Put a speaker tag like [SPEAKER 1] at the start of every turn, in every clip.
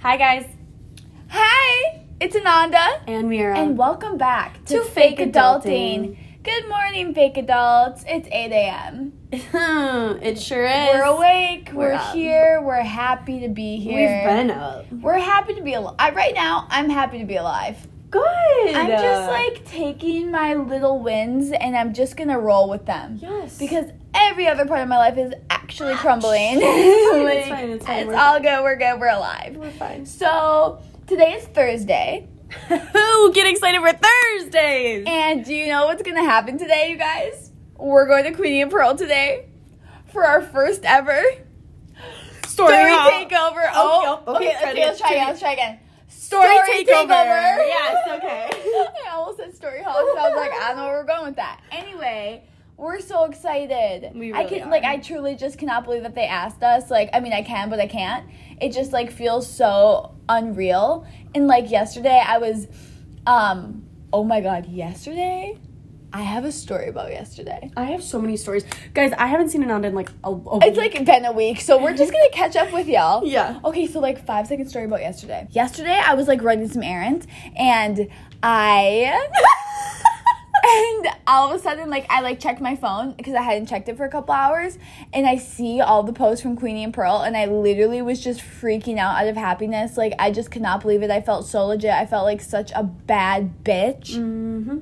[SPEAKER 1] Hi, guys.
[SPEAKER 2] Hi, it's Ananda,
[SPEAKER 1] And Mira.
[SPEAKER 2] and welcome back
[SPEAKER 1] To
[SPEAKER 2] to,
[SPEAKER 1] Fake
[SPEAKER 2] Fake Adulting. Good morning, Fake Adults. It's 8 a.m.
[SPEAKER 1] it sure is.
[SPEAKER 2] We're awake, we're,
[SPEAKER 1] We're up.
[SPEAKER 2] here, we're happy to be
[SPEAKER 1] We've
[SPEAKER 2] here.
[SPEAKER 1] been up.
[SPEAKER 2] We're happy to be alive. Right now, I'm happy to be alive.
[SPEAKER 1] Good. Uh,
[SPEAKER 2] I'm just like taking my little wins and I'm just gonna roll with them.
[SPEAKER 1] yes.
[SPEAKER 2] Because every other part of my life is actually crumbling.
[SPEAKER 1] It's fine, it's fine, it's fine,
[SPEAKER 2] It's
[SPEAKER 1] we're
[SPEAKER 2] all good, we're good, we're alive.
[SPEAKER 1] we're fine.
[SPEAKER 2] So, today is Thursday.
[SPEAKER 1] Who get excited for Thursdays?
[SPEAKER 2] And do you know what's gonna happen today, you guys? We're going to Queenie and Pearl today for our first ever
[SPEAKER 1] Story
[SPEAKER 2] story
[SPEAKER 1] hall.
[SPEAKER 2] takeover.
[SPEAKER 1] Oh,
[SPEAKER 2] Oh,
[SPEAKER 1] oh, okay,
[SPEAKER 2] okay, okay,
[SPEAKER 1] try
[SPEAKER 2] let's
[SPEAKER 1] it,
[SPEAKER 2] try
[SPEAKER 1] try
[SPEAKER 2] again.
[SPEAKER 1] it.
[SPEAKER 2] Let's try again.
[SPEAKER 1] Story
[SPEAKER 2] Story,
[SPEAKER 1] takeover.
[SPEAKER 2] takeover.
[SPEAKER 1] Yes, okay.
[SPEAKER 2] I almost said story hall because I was like, I don't know where we're going with that. Anyway. We're so excited.
[SPEAKER 1] We
[SPEAKER 2] I
[SPEAKER 1] really
[SPEAKER 2] can like
[SPEAKER 1] are.
[SPEAKER 2] I truly just cannot believe that they asked us. Like I mean I can but I can't. It just like feels so unreal. And like yesterday I was um oh my god, yesterday I have a story about yesterday.
[SPEAKER 1] I have so many stories. Guys, I haven't seen Ananda in like a, a
[SPEAKER 2] It's like been a week, so we're just gonna catch up with y'all.
[SPEAKER 1] Yeah.
[SPEAKER 2] Okay, so like five second story about yesterday. Yesterday I was like running some errands and I and all of a sudden like I like checked my phone because I hadn't checked it for a couple hours and I see all the posts from Queenie and Pearl and I literally was just freaking out out of happiness. Like I just could not believe it. I felt so legit. I felt like such a bad bitch.
[SPEAKER 1] hmm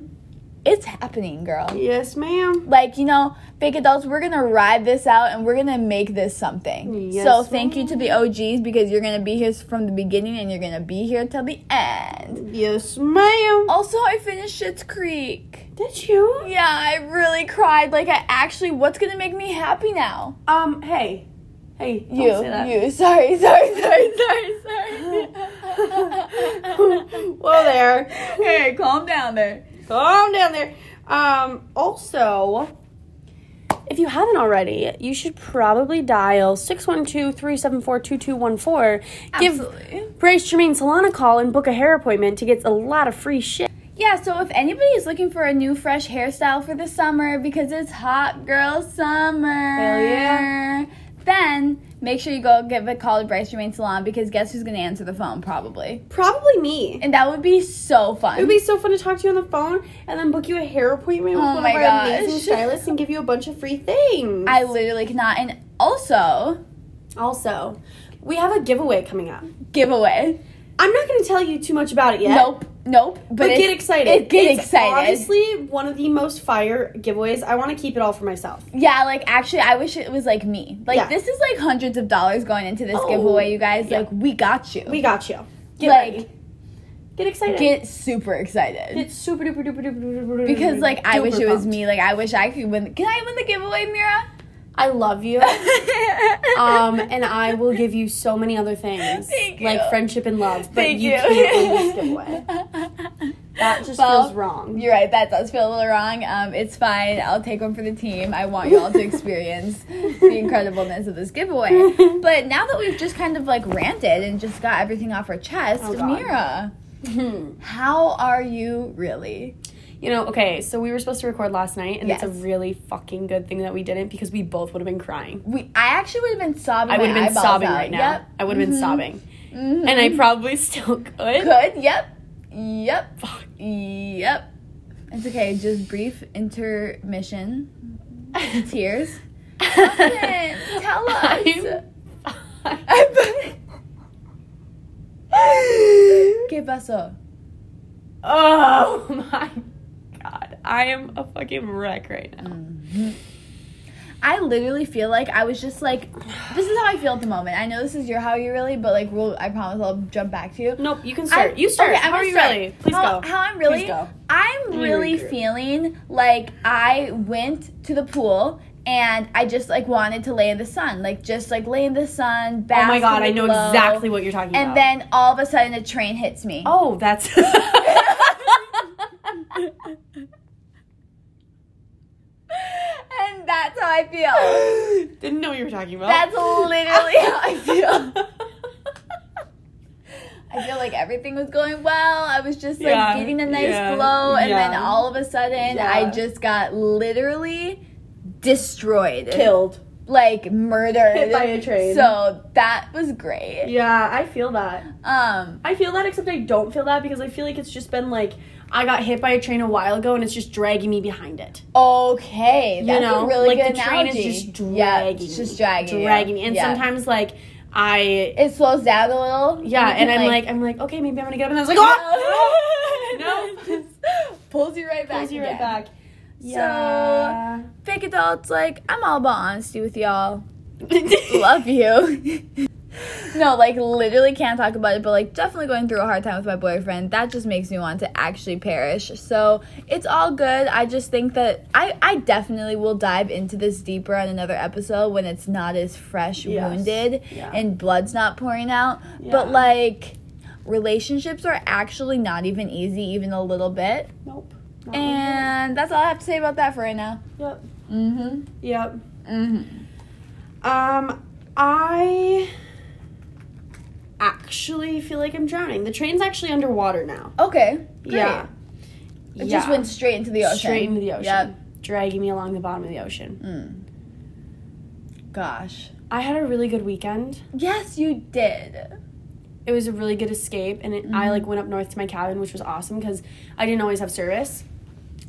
[SPEAKER 2] It's happening, girl.
[SPEAKER 1] Yes, ma'am.
[SPEAKER 2] Like, you know, fake adults, we're gonna ride this out and we're gonna make this something.
[SPEAKER 1] Yes,
[SPEAKER 2] so thank you to the OGs because you're gonna be here from the beginning and you're gonna be here till the
[SPEAKER 1] Mm.
[SPEAKER 2] end.
[SPEAKER 1] Yes, ma'am.
[SPEAKER 2] Also, I finished Shit's
[SPEAKER 1] Oh,
[SPEAKER 2] Creek.
[SPEAKER 1] Did you?
[SPEAKER 2] Yeah, I really cried. Like I actually what's gonna make me happy now?
[SPEAKER 1] Um, hey. Hey, don't
[SPEAKER 2] you
[SPEAKER 1] say that.
[SPEAKER 2] you sorry, sorry, sorry, sorry, sorry.
[SPEAKER 1] well, there.
[SPEAKER 2] hey, calm down there.
[SPEAKER 1] Calm Oh, down there. Um, also, if you haven't already, you should probably dial 612-374-2214. Give
[SPEAKER 2] Absolutely.
[SPEAKER 1] Grace Jermaine Salon a call and book a hair appointment to get a lot of free shit.
[SPEAKER 2] Yeah, so if anybody is looking for a new fresh hairstyle for the summer because it's hot girl summer,
[SPEAKER 1] Hell yeah.
[SPEAKER 2] then make sure you go give a call to Bryce Germain Salon because guess who's gonna answer the phone probably,
[SPEAKER 1] Probably me.
[SPEAKER 2] and that would be so fun.
[SPEAKER 1] It would be so fun to talk to you on the phone and then book you a hair appointment with
[SPEAKER 2] Oh
[SPEAKER 1] one
[SPEAKER 2] my
[SPEAKER 1] of our
[SPEAKER 2] gosh.
[SPEAKER 1] amazing stylists and give you a bunch of free things.
[SPEAKER 2] I literally cannot. And also
[SPEAKER 1] also, we have a giveaway coming up.
[SPEAKER 2] giveaway.
[SPEAKER 1] I'm not going to tell you too much about it yet.
[SPEAKER 2] Nope, nope. But,
[SPEAKER 1] But,
[SPEAKER 2] it's-
[SPEAKER 1] get excited.
[SPEAKER 2] It, get
[SPEAKER 1] It's
[SPEAKER 2] excited.
[SPEAKER 1] Honestly, one of the most fire giveaways. I want to keep it all for myself.
[SPEAKER 2] Yeah, like actually, I wish it was like me. Like
[SPEAKER 1] Yeah.
[SPEAKER 2] this is like hundreds of dollars going into this
[SPEAKER 1] Oh,
[SPEAKER 2] giveaway, you guys.
[SPEAKER 1] yeah.
[SPEAKER 2] Like we got you.
[SPEAKER 1] We got you. Get
[SPEAKER 2] like
[SPEAKER 1] ready. Get excited.
[SPEAKER 2] get super excited.
[SPEAKER 1] Get super duper duper duper duper duper.
[SPEAKER 2] Because like I
[SPEAKER 1] duper
[SPEAKER 2] wish it was
[SPEAKER 1] pumped.
[SPEAKER 2] me. Like I wish I could win. Can I win the giveaway, Mira?
[SPEAKER 1] I love you. Um, and I will give you so many other things,
[SPEAKER 2] Thank you.
[SPEAKER 1] like friendship and love. But
[SPEAKER 2] Thank
[SPEAKER 1] you,
[SPEAKER 2] you.
[SPEAKER 1] can't win this giveaway. That just
[SPEAKER 2] Well,
[SPEAKER 1] feels wrong.
[SPEAKER 2] You're right. That does feel a little wrong. Um, it's fine. I'll take one for the team. I want you all to experience the incredibleness of this giveaway. But now that we've just kind of like ranted and just got everything off our chest,
[SPEAKER 1] Oh, God.
[SPEAKER 2] Mira,
[SPEAKER 1] Hmm.
[SPEAKER 2] how are you really?
[SPEAKER 1] You know, okay, so we were supposed to record last night, and it's a
[SPEAKER 2] Yes.
[SPEAKER 1] really fucking good thing that we didn't because we both would have been crying.
[SPEAKER 2] We I actually would have been sobbing.
[SPEAKER 1] I would have
[SPEAKER 2] my
[SPEAKER 1] been
[SPEAKER 2] eyeballs
[SPEAKER 1] sobbing
[SPEAKER 2] out.
[SPEAKER 1] right now.
[SPEAKER 2] Yep. Mm-hmm.
[SPEAKER 1] I would have been sobbing.
[SPEAKER 2] Mhm.
[SPEAKER 1] And I probably still could.
[SPEAKER 2] Good. Yep. Yep.
[SPEAKER 1] Fuck.
[SPEAKER 2] Yep. It's okay. Just brief intermission. Tears. Happened. Tell us.
[SPEAKER 1] I'm-
[SPEAKER 2] ¿Qué pasó?
[SPEAKER 1] oh my god. I am a fucking wreck right now.
[SPEAKER 2] I literally feel like I was just like, this is how I feel at the moment. I know this is your how you really, but like, we'll, I promise I'll jump back to you.
[SPEAKER 1] Nope, you can
[SPEAKER 2] I-
[SPEAKER 1] start. you start.
[SPEAKER 2] okay, I'm
[SPEAKER 1] How are
[SPEAKER 2] gonna
[SPEAKER 1] you
[SPEAKER 2] start.
[SPEAKER 1] really? Please
[SPEAKER 2] how,
[SPEAKER 1] go.
[SPEAKER 2] How I'm really?
[SPEAKER 1] Please go.
[SPEAKER 2] I'm
[SPEAKER 1] me
[SPEAKER 2] really
[SPEAKER 1] regroup.
[SPEAKER 2] feeling like I went to the pool and I just like wanted to lay in the sun, like just like lay in the sun.
[SPEAKER 1] Oh my god, I know
[SPEAKER 2] low,
[SPEAKER 1] exactly what you're talking
[SPEAKER 2] And
[SPEAKER 1] about.
[SPEAKER 2] then all of a sudden, a train hits me.
[SPEAKER 1] oh, that's.
[SPEAKER 2] and that's how I feel.
[SPEAKER 1] Didn't know what you were talking about.
[SPEAKER 2] That's literally how I feel. I feel like everything was going well. I was just like
[SPEAKER 1] Yeah,
[SPEAKER 2] getting a nice
[SPEAKER 1] yeah,
[SPEAKER 2] glow, and then
[SPEAKER 1] yeah.
[SPEAKER 2] all of a sudden,
[SPEAKER 1] Yeah.
[SPEAKER 2] I just got literally destroyed.
[SPEAKER 1] Killed.
[SPEAKER 2] like murdered
[SPEAKER 1] Hit by a train.
[SPEAKER 2] So that was great.
[SPEAKER 1] Yeah, I feel that.
[SPEAKER 2] Um,
[SPEAKER 1] I feel that, except I don't feel that because I feel like it's just been like I got hit by a train a while ago and it's just dragging me behind it.
[SPEAKER 2] okay,
[SPEAKER 1] You
[SPEAKER 2] that's
[SPEAKER 1] know,
[SPEAKER 2] a really
[SPEAKER 1] like
[SPEAKER 2] good
[SPEAKER 1] the train
[SPEAKER 2] analogy.
[SPEAKER 1] is just dragging
[SPEAKER 2] yeah,
[SPEAKER 1] me,
[SPEAKER 2] it's just dragging, you.
[SPEAKER 1] dragging me, and
[SPEAKER 2] Yeah.
[SPEAKER 1] sometimes like I
[SPEAKER 2] it slows down a little.
[SPEAKER 1] yeah,
[SPEAKER 2] you can,
[SPEAKER 1] and I'm like, I'm like okay, maybe I'm gonna get up, and I was like oh.
[SPEAKER 2] no, Just pulls you right back.
[SPEAKER 1] Pulls you right
[SPEAKER 2] again.
[SPEAKER 1] back.
[SPEAKER 2] Yeah. Fake adults, like I'm all about honesty with y'all.
[SPEAKER 1] So
[SPEAKER 2] Love you. no, like literally can't talk about it, but like definitely going through a hard time with my boyfriend. That just makes me want to actually perish. So it's all good. I just think that I I definitely will dive into this deeper on another episode when it's not as fresh
[SPEAKER 1] Yes.
[SPEAKER 2] wounded
[SPEAKER 1] Yeah.
[SPEAKER 2] and blood's not pouring out. But
[SPEAKER 1] Yeah.
[SPEAKER 2] like relationships are actually not even easy, even a little bit.
[SPEAKER 1] nope. Not
[SPEAKER 2] And that's all I have to say about that for right now.
[SPEAKER 1] one.
[SPEAKER 2] Mm-hmm.
[SPEAKER 1] yep. Yep.
[SPEAKER 2] Mm-hmm.
[SPEAKER 1] Um, I actually feel like I'm drowning. The train's actually underwater now.
[SPEAKER 2] Okay. Great.
[SPEAKER 1] Yeah.
[SPEAKER 2] It just went straight into the ocean.
[SPEAKER 1] straight into the ocean,
[SPEAKER 2] Yep.
[SPEAKER 1] dragging me along the bottom of the ocean.
[SPEAKER 2] Mm. Gosh.
[SPEAKER 1] I had a really good weekend.
[SPEAKER 2] Yes, you did.
[SPEAKER 1] It was a really good escape, and it, I
[SPEAKER 2] Mm-hmm.
[SPEAKER 1] like went up north to my cabin, which was awesome because I didn't always have service.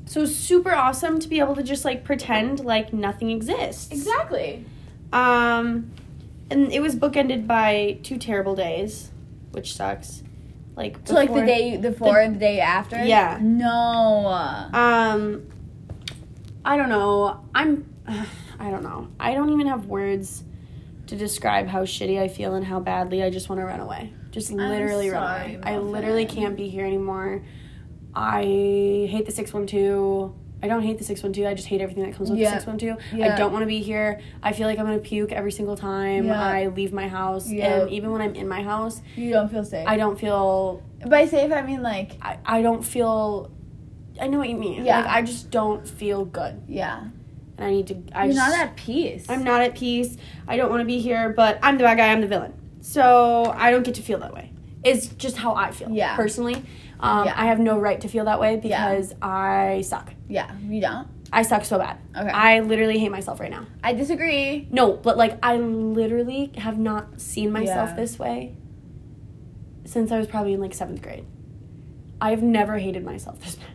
[SPEAKER 1] So it was super awesome to be able to just like pretend like nothing exists.
[SPEAKER 2] Exactly.
[SPEAKER 1] Um, and it was bookended by two terrible days, which sucks. Like
[SPEAKER 2] So like the
[SPEAKER 1] before-
[SPEAKER 2] day before and the day after.
[SPEAKER 1] Yeah.
[SPEAKER 2] No.
[SPEAKER 1] Um, I don't know. I'm. I don't know. I don't even have words to describe how shitty I feel and how badly I just want to run away. Just literally
[SPEAKER 2] sorry,
[SPEAKER 1] run away. I literally
[SPEAKER 2] Muffin.
[SPEAKER 1] can't be here anymore. I hate the six one two. I don't hate the six one two. I just hate everything that comes with
[SPEAKER 2] Yeah.
[SPEAKER 1] the six one two. I
[SPEAKER 2] Yeah.
[SPEAKER 1] don't want to be here. I feel like I'm gonna puke every single time
[SPEAKER 2] Yeah.
[SPEAKER 1] I leave my house,
[SPEAKER 2] Yeah.
[SPEAKER 1] and even when I'm in my house,
[SPEAKER 2] You don't feel safe.
[SPEAKER 1] I don't feel
[SPEAKER 2] By safe, I mean like
[SPEAKER 1] I, I don't feel I know what you mean.
[SPEAKER 2] Yeah.
[SPEAKER 1] Like I just don't feel good.
[SPEAKER 2] yeah.
[SPEAKER 1] And I need to I
[SPEAKER 2] You're
[SPEAKER 1] just,
[SPEAKER 2] not at peace.
[SPEAKER 1] I'm not at peace. I don't want to be here, but I'm the bad guy, I'm the villain. So I don't get to feel that way. It's just how I feel.
[SPEAKER 2] Yeah.
[SPEAKER 1] Personally. Um,
[SPEAKER 2] Yeah.
[SPEAKER 1] I have no right to feel that way
[SPEAKER 2] Yeah.
[SPEAKER 1] because I suck.
[SPEAKER 2] Yeah. You don't.
[SPEAKER 1] I suck so bad.
[SPEAKER 2] Okay.
[SPEAKER 1] I literally hate myself right now.
[SPEAKER 2] I disagree.
[SPEAKER 1] No, but like I literally have not seen myself
[SPEAKER 2] Yeah.
[SPEAKER 1] this way since I was probably in like seventh grade. I've never hated myself this much.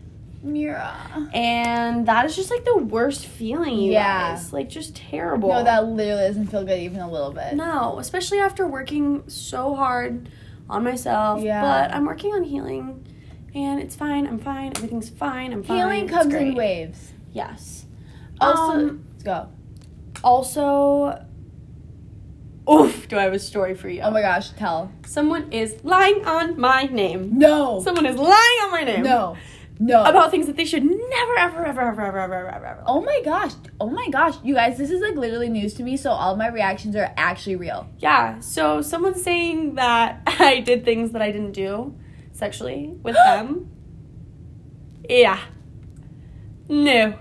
[SPEAKER 2] Mira.
[SPEAKER 1] and that is just like the worst feeling you
[SPEAKER 2] Yeah.
[SPEAKER 1] guys like just terrible
[SPEAKER 2] No, that literally doesn't feel good even a little bit.
[SPEAKER 1] no especially after working so hard on myself
[SPEAKER 2] Yeah.
[SPEAKER 1] but i'm working on healing and it's fine i'm fine everything's fine i'm fine
[SPEAKER 2] Healing
[SPEAKER 1] it's
[SPEAKER 2] comes
[SPEAKER 1] great.
[SPEAKER 2] in waves.
[SPEAKER 1] yes
[SPEAKER 2] Also,
[SPEAKER 1] Um,
[SPEAKER 2] let's go.
[SPEAKER 1] also oof do i have a story for you
[SPEAKER 2] Oh my gosh, tell.
[SPEAKER 1] someone is lying on my name
[SPEAKER 2] No.
[SPEAKER 1] someone is lying on my name
[SPEAKER 2] No. No.
[SPEAKER 1] about things that they should never ever ever ever ever ever ever ever
[SPEAKER 2] Oh my gosh. Oh my gosh. You guys, this is like literally news to me, so all my reactions are actually real.
[SPEAKER 1] Yeah, so someone's saying that I did things that I didn't do sexually with them. Yeah. No.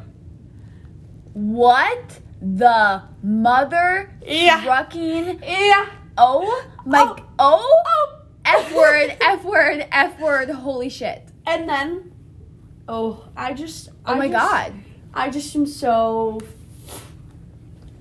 [SPEAKER 2] What the mother
[SPEAKER 1] Yeah.
[SPEAKER 2] fucking
[SPEAKER 1] Yeah.
[SPEAKER 2] oh my
[SPEAKER 1] Oh.
[SPEAKER 2] oh, F word, F word, F word, holy shit.
[SPEAKER 1] And then, oh, I just. I
[SPEAKER 2] Oh my
[SPEAKER 1] just-
[SPEAKER 2] god.
[SPEAKER 1] I just am so.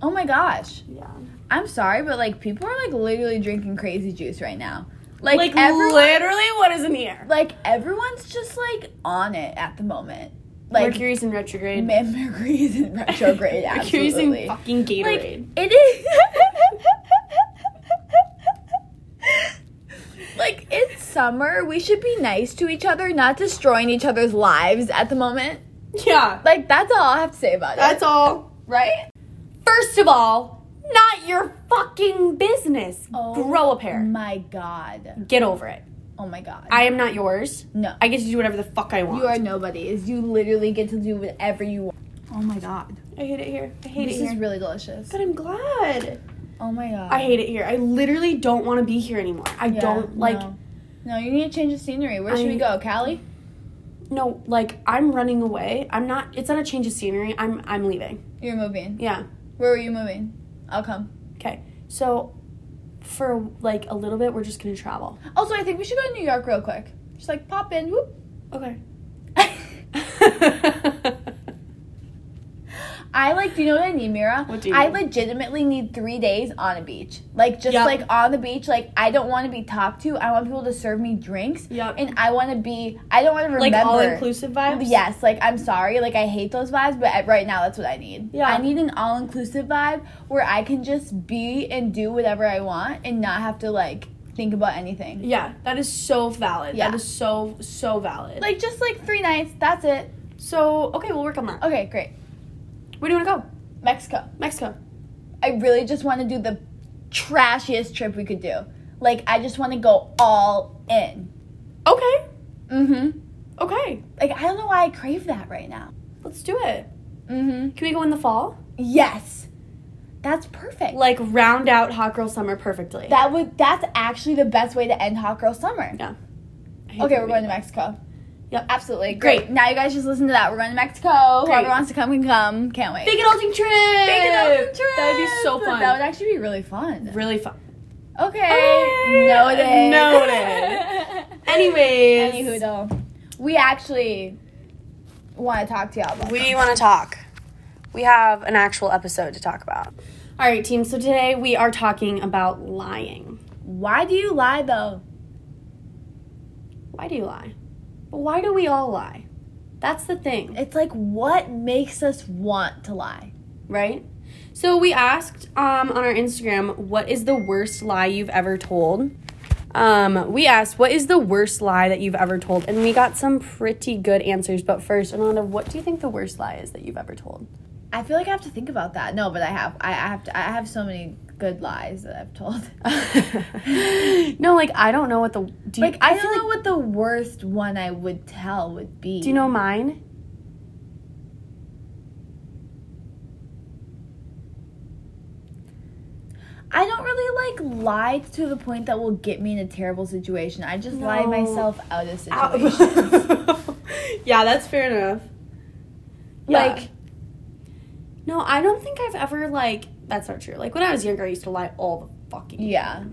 [SPEAKER 2] Oh my gosh.
[SPEAKER 1] Yeah.
[SPEAKER 2] I'm sorry, but like people are like literally drinking crazy juice right now. Like,
[SPEAKER 1] Like,
[SPEAKER 2] everyone
[SPEAKER 1] literally, what is in the air?
[SPEAKER 2] like everyone's just like on it at the moment. Like
[SPEAKER 1] Mercury's in retrograde.
[SPEAKER 2] Man, Mercury's in retrograde.
[SPEAKER 1] Mercury's
[SPEAKER 2] Absolutely.
[SPEAKER 1] in fucking
[SPEAKER 2] Like
[SPEAKER 1] Gatorade.
[SPEAKER 2] it is. like it's summer. We should be nice to each other, not destroying each other's lives at the moment.
[SPEAKER 1] yeah.
[SPEAKER 2] Like that's all I have to say about
[SPEAKER 1] That's
[SPEAKER 2] it.
[SPEAKER 1] all.
[SPEAKER 2] Right?
[SPEAKER 1] First of all, not your fucking business.
[SPEAKER 2] Oh.
[SPEAKER 1] Grow a pair.
[SPEAKER 2] My God.
[SPEAKER 1] Get over it.
[SPEAKER 2] Oh my God.
[SPEAKER 1] I am not yours.
[SPEAKER 2] no.
[SPEAKER 1] I get to do whatever the fuck I want.
[SPEAKER 2] you are nobody's. You literally get to do whatever you want. Oh my God.
[SPEAKER 1] I hate it here. I hate
[SPEAKER 2] This
[SPEAKER 1] it
[SPEAKER 2] is
[SPEAKER 1] here.
[SPEAKER 2] really delicious.
[SPEAKER 1] but I'm glad.
[SPEAKER 2] Oh my God.
[SPEAKER 1] I hate it here. I literally don't want to be here anymore. I
[SPEAKER 2] Yeah,
[SPEAKER 1] don't like no.
[SPEAKER 2] No. No, you need to change the scenery. Where should
[SPEAKER 1] I-
[SPEAKER 2] we go? Cali?
[SPEAKER 1] like I'm running away. I'm not it's not a change of scenery. I'm I'm leaving.
[SPEAKER 2] You're moving.
[SPEAKER 1] Yeah.
[SPEAKER 2] Where are you moving? I'll come.
[SPEAKER 1] Okay. So for like a little bit we're just gonna travel.
[SPEAKER 2] Also, I think we should go to New York real quick. Just like pop in. Whoop.
[SPEAKER 1] Okay.
[SPEAKER 2] I I like, do you know what I need, Mira?
[SPEAKER 1] What do you
[SPEAKER 2] I
[SPEAKER 1] need?
[SPEAKER 2] legitimately need three days on a beach. Like, just
[SPEAKER 1] Yep.
[SPEAKER 2] like on the beach. Like, I don't want to be talked to. I want people to serve me drinks.
[SPEAKER 1] Yep.
[SPEAKER 2] And I want to be, I don't want to
[SPEAKER 1] like
[SPEAKER 2] remember.
[SPEAKER 1] all inclusive vibes.
[SPEAKER 2] Yes, like I'm sorry, like I hate those vibes, but I- right now that's what I need.
[SPEAKER 1] Yeah.
[SPEAKER 2] I need an all inclusive vibe where I can just be and do whatever I want and not have to like think about anything.
[SPEAKER 1] Yeah, that is so valid.
[SPEAKER 2] Yeah.
[SPEAKER 1] That is so so valid.
[SPEAKER 2] Like just like three nights, that's it.
[SPEAKER 1] so, okay, we'll work on that.
[SPEAKER 2] Okay, great.
[SPEAKER 1] Where do you want to
[SPEAKER 2] Mexico.
[SPEAKER 1] go? Mexico.
[SPEAKER 2] I really just want to do the trashiest trip we could do. Like I just want to go all in.
[SPEAKER 1] Okay. Mm-hmm.
[SPEAKER 2] Mhm.
[SPEAKER 1] Okay.
[SPEAKER 2] Like I don't know why I crave that right now.
[SPEAKER 1] Let's do it.
[SPEAKER 2] Mhm.
[SPEAKER 1] Can we go in the fall?
[SPEAKER 2] Yes. That's perfect.
[SPEAKER 1] Like round out hot girl summer perfectly.
[SPEAKER 2] that would that's actually the best way to end hot girl summer.
[SPEAKER 1] I hate
[SPEAKER 2] Okay,
[SPEAKER 1] that
[SPEAKER 2] we're
[SPEAKER 1] we-
[SPEAKER 2] going to Mexico.
[SPEAKER 1] Yep.
[SPEAKER 2] absolutely.
[SPEAKER 1] Great.
[SPEAKER 2] Great. Now you guys just listen to that. We're going to Mexico.
[SPEAKER 1] Great.
[SPEAKER 2] Whoever wants to come can come. Can't wait.
[SPEAKER 1] Big adulting trip.
[SPEAKER 2] Big adulting
[SPEAKER 1] That would be so
[SPEAKER 2] trip.
[SPEAKER 1] fun.
[SPEAKER 2] That would actually be really fun.
[SPEAKER 1] really fun.
[SPEAKER 2] Okay.
[SPEAKER 1] Hey,
[SPEAKER 2] Noted.
[SPEAKER 1] noted. Anyways,
[SPEAKER 2] Anywho, though, we actually want to talk to y'all about.
[SPEAKER 1] we want to talk. We have an actual episode to talk about. All right, team. So today we are talking about lying.
[SPEAKER 2] Why do you lie though?
[SPEAKER 1] Why do you lie? But why do we all lie? That's the thing.
[SPEAKER 2] It's like what makes us want to lie.
[SPEAKER 1] right? So we asked um, on our Instagram, what is the worst lie you've ever told? Um, we asked, what is the worst lie that you've ever told? And we got some pretty good answers. But first, Ananda, what do you think the worst lie is that you've ever told?
[SPEAKER 2] I feel like I have to think about that. No, but I have. I, I have to. I have so many good lies that I've told.
[SPEAKER 1] no, like I don't know what the do you,
[SPEAKER 2] Like I,
[SPEAKER 1] feel
[SPEAKER 2] don't know what the worst one I would tell would be.
[SPEAKER 1] do you know mine?
[SPEAKER 2] I don't really like lie to the point that will get me in a terrible situation. I just lie
[SPEAKER 1] No.
[SPEAKER 2] myself out of situations.
[SPEAKER 1] yeah, that's fair enough.
[SPEAKER 2] Yeah.
[SPEAKER 1] Like, no, I don't think I've ever like. That's not true. Like when I was younger, I used to lie all the fucking.
[SPEAKER 2] yeah.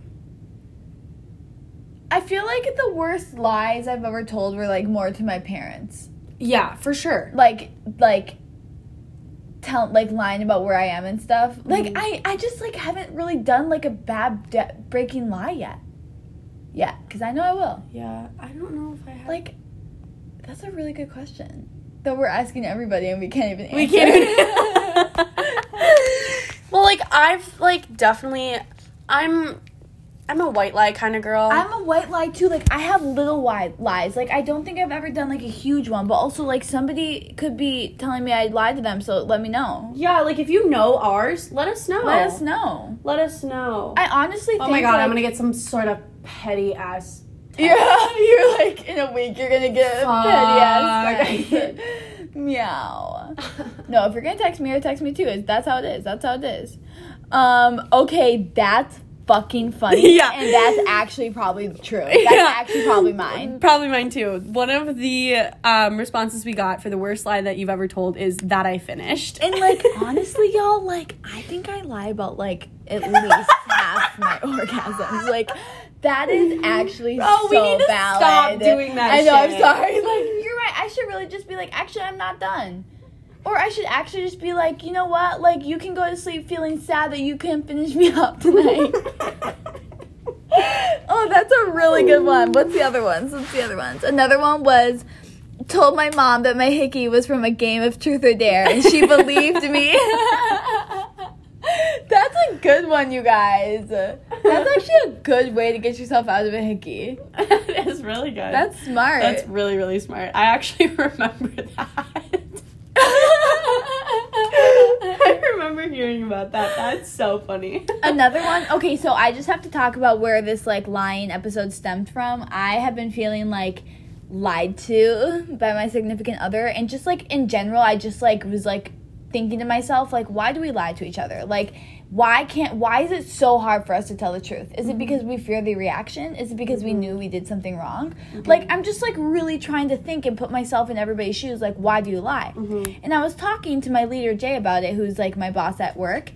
[SPEAKER 2] I feel like the worst lies I've ever told were like more to my parents.
[SPEAKER 1] Yeah, for sure.
[SPEAKER 2] Like like tell like lying about where I am and stuff. Like
[SPEAKER 1] Mm-hmm.
[SPEAKER 2] I I just like haven't really done like a bad de- breaking lie yet. Yeah, cuz I know I will.
[SPEAKER 1] Yeah, I don't know if I have.
[SPEAKER 2] Like, that's a really good question that we're asking everybody and we can't even answer.
[SPEAKER 1] we can't. Even- well, like I've like definitely, I'm, I'm a white lie kind of girl.
[SPEAKER 2] I'm a white lie too. Like I have little white lies. Like I don't think I've ever done like a huge one, but also like somebody could be telling me I lied to them, so let me know.
[SPEAKER 1] yeah, like if you know ours, let us know.
[SPEAKER 2] Let us know.
[SPEAKER 1] Let us know.
[SPEAKER 2] I honestly
[SPEAKER 1] oh
[SPEAKER 2] think
[SPEAKER 1] my god,
[SPEAKER 2] like,
[SPEAKER 1] I'm gonna get some sort of petty ass.
[SPEAKER 2] Yeah, you're like in a week you're gonna get a petty
[SPEAKER 1] Fuck.
[SPEAKER 2] ass text. Meow. No, if you're gonna text me or text me too, it's- that's how it is. That's how it is. Um, okay, that's fucking funny.
[SPEAKER 1] Yeah.
[SPEAKER 2] And that's actually probably true. That's
[SPEAKER 1] Yeah.
[SPEAKER 2] actually probably mine.
[SPEAKER 1] Probably mine too. One of the um, responses we got for the worst lie that you've ever told is that I finished.
[SPEAKER 2] And like honestly, y'all, like I think I lie about like at least half my orgasms. Like that is actually
[SPEAKER 1] Oh,
[SPEAKER 2] oh,
[SPEAKER 1] we
[SPEAKER 2] so
[SPEAKER 1] need to stop
[SPEAKER 2] valid.
[SPEAKER 1] doing that
[SPEAKER 2] I know.
[SPEAKER 1] shit.
[SPEAKER 2] I'm sorry. Like you're right. I should really just be like, actually, I'm not done. Or I should actually just be like, you know what? Like you can go to sleep feeling sad that you couldn't finish me up tonight. oh, that's a really good one. What's the other ones? What's the other ones? Another one was told my mom that my hickey was from a game of truth or dare, and she believed me. that's a good one, you guys. That's actually a good way to get yourself out of a hickey.
[SPEAKER 1] that is really good.
[SPEAKER 2] That's smart.
[SPEAKER 1] That's really, really smart. I actually remember that. I remember hearing about that. That's so funny.
[SPEAKER 2] Another one. Okay, so I just have to talk about where this like lying episode stemmed from. I have been feeling like lied to by my significant other and just like in general, I just like was like thinking to myself like why do we lie to each other? Like why can't why is it so hard for us to tell the truth? Is it because we fear the reaction? Is it because we knew we did something wrong? Like I'm just like really trying to think and put myself in everybody's shoes like why do you lie? And I was talking to my leader Jay about it who's like my boss at work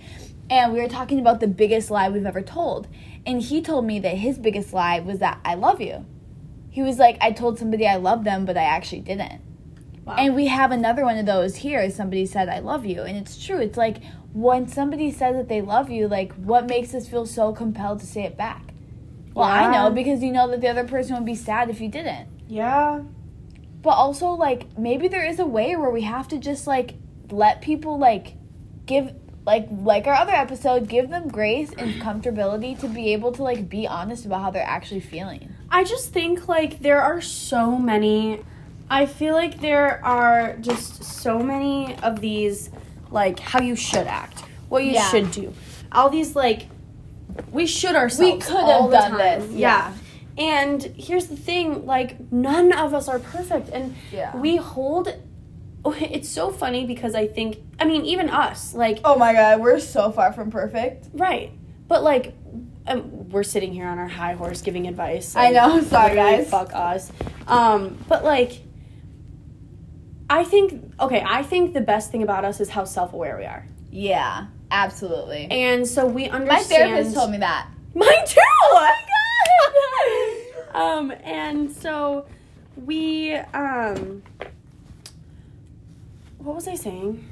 [SPEAKER 2] and we were talking about the biggest lie we've ever told. And he told me that his biggest lie was that I love you. He was like, I told somebody I love them, but I actually didn't.
[SPEAKER 1] Wow.
[SPEAKER 2] And we have another one of those here. Somebody said, I love you. And it's true. It's like when somebody says that they love you, like what makes us feel so compelled to say it back? Well, I
[SPEAKER 1] Yeah.
[SPEAKER 2] know because you know that the other person would be sad if you didn't.
[SPEAKER 1] yeah.
[SPEAKER 2] But also, like, maybe there is a way where we have to just, like, let people, like, give, like, like our other episode, give them grace and comfortability to be able to, like, be honest about how they're actually feeling.
[SPEAKER 1] I just think like there are so many. I feel like there are just so many of these, like how you should act, what you
[SPEAKER 2] Yeah.
[SPEAKER 1] should do, all these like we should ourselves.
[SPEAKER 2] could have
[SPEAKER 1] all the
[SPEAKER 2] done
[SPEAKER 1] time.
[SPEAKER 2] this,
[SPEAKER 1] Yeah. And here's the thing, like none of us are perfect, and
[SPEAKER 2] Yeah.
[SPEAKER 1] we hold. It's so funny because I think I mean even us like
[SPEAKER 2] Oh my god, we're so far from perfect.
[SPEAKER 1] right, but like um, we're sitting here on our high horse giving advice.
[SPEAKER 2] I
[SPEAKER 1] and-
[SPEAKER 2] know, sorry
[SPEAKER 1] Literally,
[SPEAKER 2] guys.
[SPEAKER 1] Fuck us. Um, but like, I think okay. I think the best thing about us is how self aware we are,
[SPEAKER 2] Yeah, absolutely.
[SPEAKER 1] and so we
[SPEAKER 2] My
[SPEAKER 1] understand.
[SPEAKER 2] therapist told me that.
[SPEAKER 1] Mine too.
[SPEAKER 2] my
[SPEAKER 1] um, and so we um, what was I saying?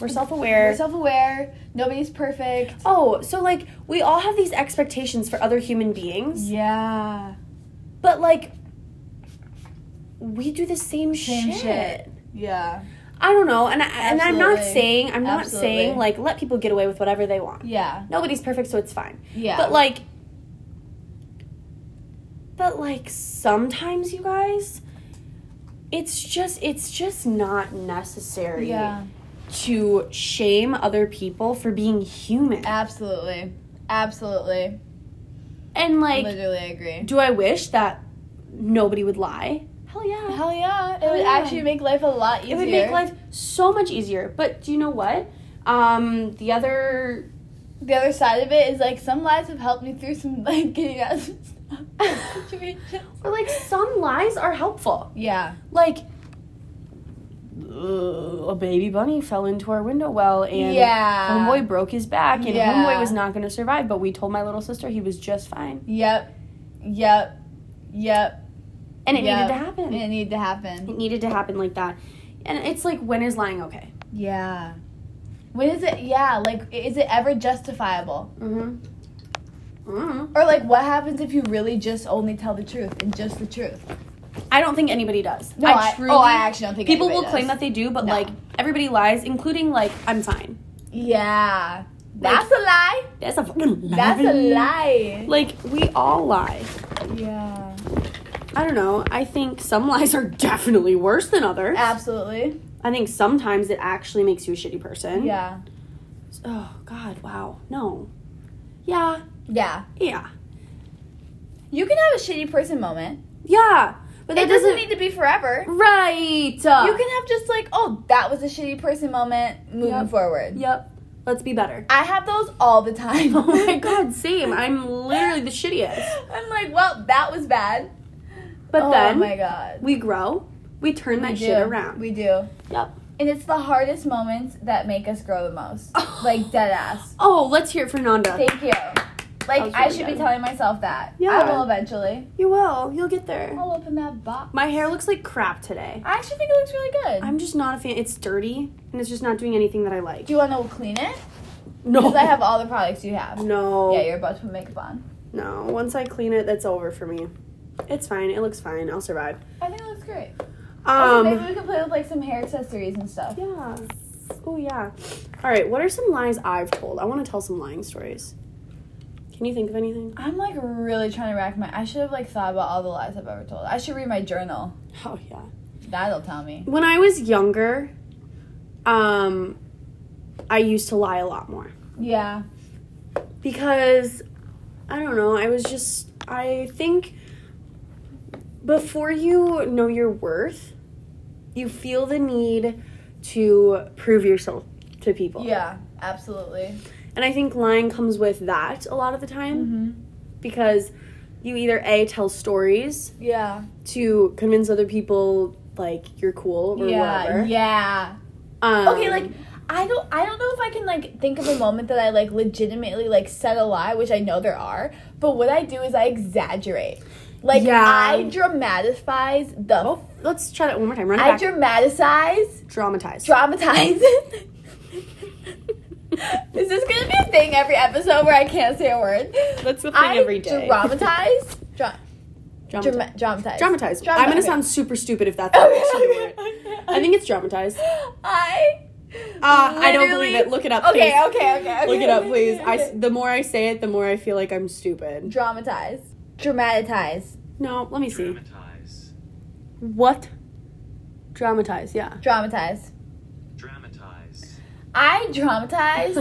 [SPEAKER 1] We're self aware.
[SPEAKER 2] We're self aware. Nobody's perfect.
[SPEAKER 1] oh, so like we all have these expectations for other human beings.
[SPEAKER 2] Yeah.
[SPEAKER 1] But like, we do the same,
[SPEAKER 2] Same
[SPEAKER 1] shit.
[SPEAKER 2] shit. Yeah.
[SPEAKER 1] I don't know, and I, and I'm not
[SPEAKER 2] Absolutely.
[SPEAKER 1] saying I'm not
[SPEAKER 2] Absolutely.
[SPEAKER 1] saying like let people get away with whatever they want.
[SPEAKER 2] Yeah.
[SPEAKER 1] Nobody's perfect, so it's fine.
[SPEAKER 2] Yeah.
[SPEAKER 1] But like, but like sometimes you guys, it's just it's just not necessary
[SPEAKER 2] Yeah.
[SPEAKER 1] to shame other people for being human.
[SPEAKER 2] Absolutely. Absolutely.
[SPEAKER 1] And
[SPEAKER 2] I
[SPEAKER 1] like,
[SPEAKER 2] Literally agree.
[SPEAKER 1] do I wish that nobody would lie? Hell yeah.
[SPEAKER 2] Hell yeah. It would
[SPEAKER 1] yeah.
[SPEAKER 2] actually make life a lot easier.
[SPEAKER 1] It would make life so much easier. But do you know what? Um, the other
[SPEAKER 2] The other side of it is like some lies have helped me through some like getting out of some stuff situations.
[SPEAKER 1] or like some lies are helpful.
[SPEAKER 2] Yeah.
[SPEAKER 1] Like uh, a baby bunny fell into our window well and
[SPEAKER 2] yeah.
[SPEAKER 1] homeboy broke his back and
[SPEAKER 2] Yeah.
[SPEAKER 1] homeboy was not going to survive, but we told my little sister he was just fine.
[SPEAKER 2] Yep. Yep. Yep.
[SPEAKER 1] And it
[SPEAKER 2] Yep.
[SPEAKER 1] needed to happen.
[SPEAKER 2] It needed to happen.
[SPEAKER 1] It needed to happen like that. And it's like when is lying okay?
[SPEAKER 2] Yeah. When is it? Yeah, like i- is it ever justifiable?
[SPEAKER 1] Mhm. Mhm.
[SPEAKER 2] Or like what happens if you really just only tell the truth and just the truth?
[SPEAKER 1] I don't think anybody does.
[SPEAKER 2] No, I, oh, I actually don't think
[SPEAKER 1] people will
[SPEAKER 2] anybody
[SPEAKER 1] claim
[SPEAKER 2] does.
[SPEAKER 1] that they do, but
[SPEAKER 2] No.
[SPEAKER 1] like everybody lies, including like I'm fine.
[SPEAKER 2] Yeah, that's a lie.
[SPEAKER 1] That's a fucking lie.
[SPEAKER 2] That's a lie.
[SPEAKER 1] Like we all lie.
[SPEAKER 2] Yeah,
[SPEAKER 1] I don't know. I think some lies are definitely worse than others.
[SPEAKER 2] absolutely.
[SPEAKER 1] I think sometimes it actually makes you a shitty person.
[SPEAKER 2] Yeah,
[SPEAKER 1] Oh God. Wow. No. Yeah.
[SPEAKER 2] yeah.
[SPEAKER 1] Yeah.
[SPEAKER 2] You can have a shitty person moment.
[SPEAKER 1] Yeah. But that
[SPEAKER 2] it doesn't, need to be forever.
[SPEAKER 1] right.
[SPEAKER 2] You can have just like, oh, that was a shitty person moment. Moving
[SPEAKER 1] Yep.
[SPEAKER 2] forward.
[SPEAKER 1] Yep. Let's be better.
[SPEAKER 2] I have those all the time.
[SPEAKER 1] Oh my God. Same. I'm literally the shittiest.
[SPEAKER 2] I'm like, well, that was bad.
[SPEAKER 1] But
[SPEAKER 2] oh
[SPEAKER 1] then
[SPEAKER 2] my god.
[SPEAKER 1] we grow. We turn that
[SPEAKER 2] We
[SPEAKER 1] shit
[SPEAKER 2] do.
[SPEAKER 1] around.
[SPEAKER 2] We do.
[SPEAKER 1] yep.
[SPEAKER 2] And it's the hardest moments that make us grow the most. Like dead ass.
[SPEAKER 1] Oh, let's hear it for Nanda.
[SPEAKER 2] Thank you. Like
[SPEAKER 1] was
[SPEAKER 2] I
[SPEAKER 1] really
[SPEAKER 2] should be
[SPEAKER 1] good.
[SPEAKER 2] telling myself that.
[SPEAKER 1] Yeah.
[SPEAKER 2] I will eventually.
[SPEAKER 1] You will. You'll get there.
[SPEAKER 2] I'll open that box.
[SPEAKER 1] My hair looks like crap today.
[SPEAKER 2] I actually think it looks really good.
[SPEAKER 1] I'm just not a fan. It's dirty and it's just not doing anything that I like.
[SPEAKER 2] Do you want to clean it?
[SPEAKER 1] No.
[SPEAKER 2] Because I have all the products you have.
[SPEAKER 1] no.
[SPEAKER 2] Yeah, you're about to put makeup on.
[SPEAKER 1] no. Once I clean it, that's over for me. It's fine. It looks fine. I'll survive.
[SPEAKER 2] I think it looks great. Also, maybe
[SPEAKER 1] Um.
[SPEAKER 2] we could play with like some hair accessories and stuff.
[SPEAKER 1] Yeah. Oh yeah. All right. What are some lies I've told? I want to tell some lying stories. Can you think of anything?
[SPEAKER 2] I'm like really trying to rack my. I should have like thought about all the lies I've ever told. I should read my journal.
[SPEAKER 1] Oh yeah.
[SPEAKER 2] That'll tell me.
[SPEAKER 1] When I was younger, um, I used to lie a lot more.
[SPEAKER 2] Yeah.
[SPEAKER 1] because I don't know, I was just I think before you know your worth, you feel the need to prove yourself to people.
[SPEAKER 2] Yeah. Absolutely.
[SPEAKER 1] And I think lying comes with that a lot of the time
[SPEAKER 2] Mm-hmm.
[SPEAKER 1] because you either A tell stories
[SPEAKER 2] Yeah.
[SPEAKER 1] to convince other people like you're cool or
[SPEAKER 2] yeah.
[SPEAKER 1] whatever.
[SPEAKER 2] Yeah.
[SPEAKER 1] Um,
[SPEAKER 2] Okay, like I don't I don't know if I can like think of a moment that I like legitimately like said a lie, which I know there are, but what I do is I exaggerate. Like
[SPEAKER 1] Yeah.
[SPEAKER 2] I dramatize the
[SPEAKER 1] let's try that one more time. Run it
[SPEAKER 2] I
[SPEAKER 1] Oh, back.
[SPEAKER 2] dramatize,
[SPEAKER 1] Dramatize.
[SPEAKER 2] dramatize. Is this gonna be a thing every episode where I can't say a word?
[SPEAKER 1] That's the thing
[SPEAKER 2] I
[SPEAKER 1] every day.
[SPEAKER 2] dramatize, dra-
[SPEAKER 1] Dramatize.
[SPEAKER 2] drama- dramatize,
[SPEAKER 1] dramatize.
[SPEAKER 2] Drama-
[SPEAKER 1] I'm gonna
[SPEAKER 2] okay.
[SPEAKER 1] sound super stupid if that's actually the word. I
[SPEAKER 2] I
[SPEAKER 1] think it's dramatize. Uh, I don't believe it. Look it up,
[SPEAKER 2] Okay,
[SPEAKER 1] please.
[SPEAKER 2] okay, okay, okay.
[SPEAKER 1] Look it up,
[SPEAKER 2] okay,
[SPEAKER 1] please.
[SPEAKER 2] okay,
[SPEAKER 1] I s
[SPEAKER 2] okay.
[SPEAKER 1] the more I say it, the more I feel like I'm stupid.
[SPEAKER 2] dramatize, dramatize,
[SPEAKER 1] No, let me see.
[SPEAKER 3] Dramatize.
[SPEAKER 1] What? Dramatize. Yeah.
[SPEAKER 2] dramatize.
[SPEAKER 3] Dramatize.
[SPEAKER 2] I dramatize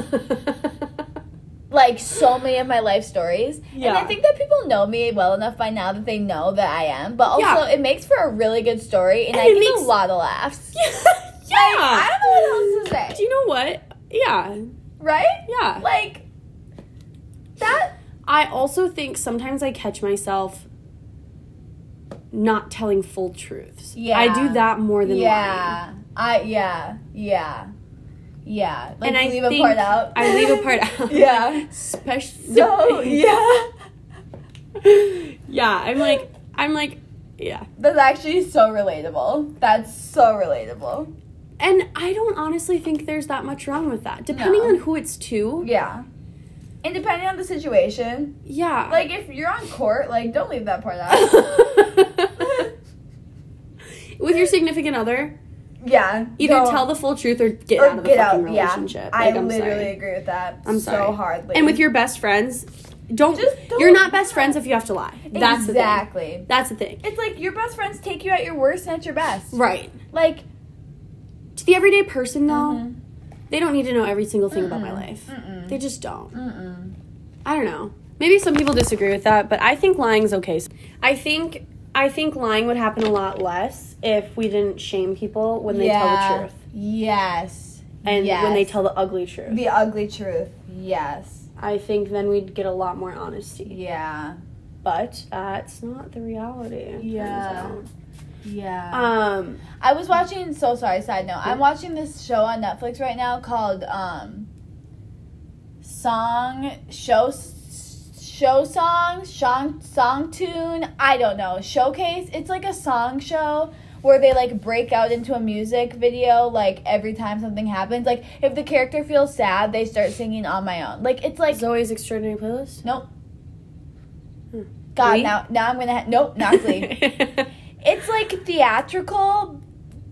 [SPEAKER 2] like so many of my life stories. And I
[SPEAKER 1] Yeah.
[SPEAKER 2] think that people know me well enough by now that they know that I am. But also,
[SPEAKER 1] Yeah.
[SPEAKER 2] it makes for a really good story, and,
[SPEAKER 1] And
[SPEAKER 2] I
[SPEAKER 1] it
[SPEAKER 2] get
[SPEAKER 1] makes-
[SPEAKER 2] a lot of laughs.
[SPEAKER 1] yeah.
[SPEAKER 2] Like, I don't know what else to
[SPEAKER 1] Do
[SPEAKER 2] say.
[SPEAKER 1] you know what? Yeah.
[SPEAKER 2] Right?
[SPEAKER 1] Yeah.
[SPEAKER 2] Like, that.
[SPEAKER 1] I also think sometimes I catch myself not telling full truths.
[SPEAKER 2] Yeah.
[SPEAKER 1] I do that more than lying.
[SPEAKER 2] Yeah. I, yeah. Yeah. Yeah. Like,
[SPEAKER 1] and I
[SPEAKER 2] leave
[SPEAKER 1] think
[SPEAKER 2] a part out.
[SPEAKER 1] I leave a part out.
[SPEAKER 2] Yeah.
[SPEAKER 1] Especially.
[SPEAKER 2] So, yeah.
[SPEAKER 1] yeah. I'm like. I'm like. Yeah.
[SPEAKER 2] That's actually so relatable. That's so relatable.
[SPEAKER 1] And I don't honestly think there's that much wrong with that. Depending
[SPEAKER 2] No.
[SPEAKER 1] on who it's to.
[SPEAKER 2] Yeah. And depending on the situation,
[SPEAKER 1] Yeah.
[SPEAKER 2] Like if you're on court, like don't leave that part out.
[SPEAKER 1] With your significant other,
[SPEAKER 2] yeah.
[SPEAKER 1] either
[SPEAKER 2] don't-
[SPEAKER 1] tell the full truth or get
[SPEAKER 2] or
[SPEAKER 1] out of the
[SPEAKER 2] get
[SPEAKER 1] fucking
[SPEAKER 2] out, yeah.
[SPEAKER 1] relationship.
[SPEAKER 2] I
[SPEAKER 1] Like, I'm
[SPEAKER 2] literally
[SPEAKER 1] sorry.
[SPEAKER 2] agree with that.
[SPEAKER 1] I'm
[SPEAKER 2] so
[SPEAKER 1] sorry.
[SPEAKER 2] hardly.
[SPEAKER 1] And with your best friends, don't,
[SPEAKER 2] Just don't
[SPEAKER 1] you're not best
[SPEAKER 2] lie.
[SPEAKER 1] friends if you have to lie. That's the thing.
[SPEAKER 2] exactly.
[SPEAKER 1] That's the thing.
[SPEAKER 2] It's like your best friends take you at your worst and at your best.
[SPEAKER 1] Right.
[SPEAKER 2] Like
[SPEAKER 1] To the everyday person though,
[SPEAKER 2] Mhm.
[SPEAKER 1] they don't need to know every single thing about my life.
[SPEAKER 2] Mm-mm.
[SPEAKER 1] They just don't.
[SPEAKER 2] Mm-mm.
[SPEAKER 1] I don't know. Maybe some people disagree with that, but I think lying's okay. I think I think lying would happen a lot less if we didn't shame people when they tell
[SPEAKER 2] Yeah.
[SPEAKER 1] the truth.
[SPEAKER 2] Yes.
[SPEAKER 1] and when they
[SPEAKER 2] Yes.
[SPEAKER 1] tell the ugly truth
[SPEAKER 2] the ugly truth. Yes.
[SPEAKER 1] i think then we'd get a lot more honesty
[SPEAKER 2] Yeah.
[SPEAKER 1] but that's not the reality it turns
[SPEAKER 2] Yeah.
[SPEAKER 1] out.
[SPEAKER 2] Yeah.
[SPEAKER 1] um
[SPEAKER 2] I was watching. So sorry. Side note. I'm watching this show on Netflix right now called um, Song Show Show Song Song Song Tune. I don't know. Showcase. It's like a song show where they like break out into a music video like every time something happens. Like if the character feels sad, they start singing on my own. Like it's like
[SPEAKER 1] zoe's extraordinary playlist
[SPEAKER 2] nope.
[SPEAKER 1] Hmm.
[SPEAKER 2] God,
[SPEAKER 1] Glee?
[SPEAKER 2] now now I'm gonna ha- nope, not Glee it's like theatrical,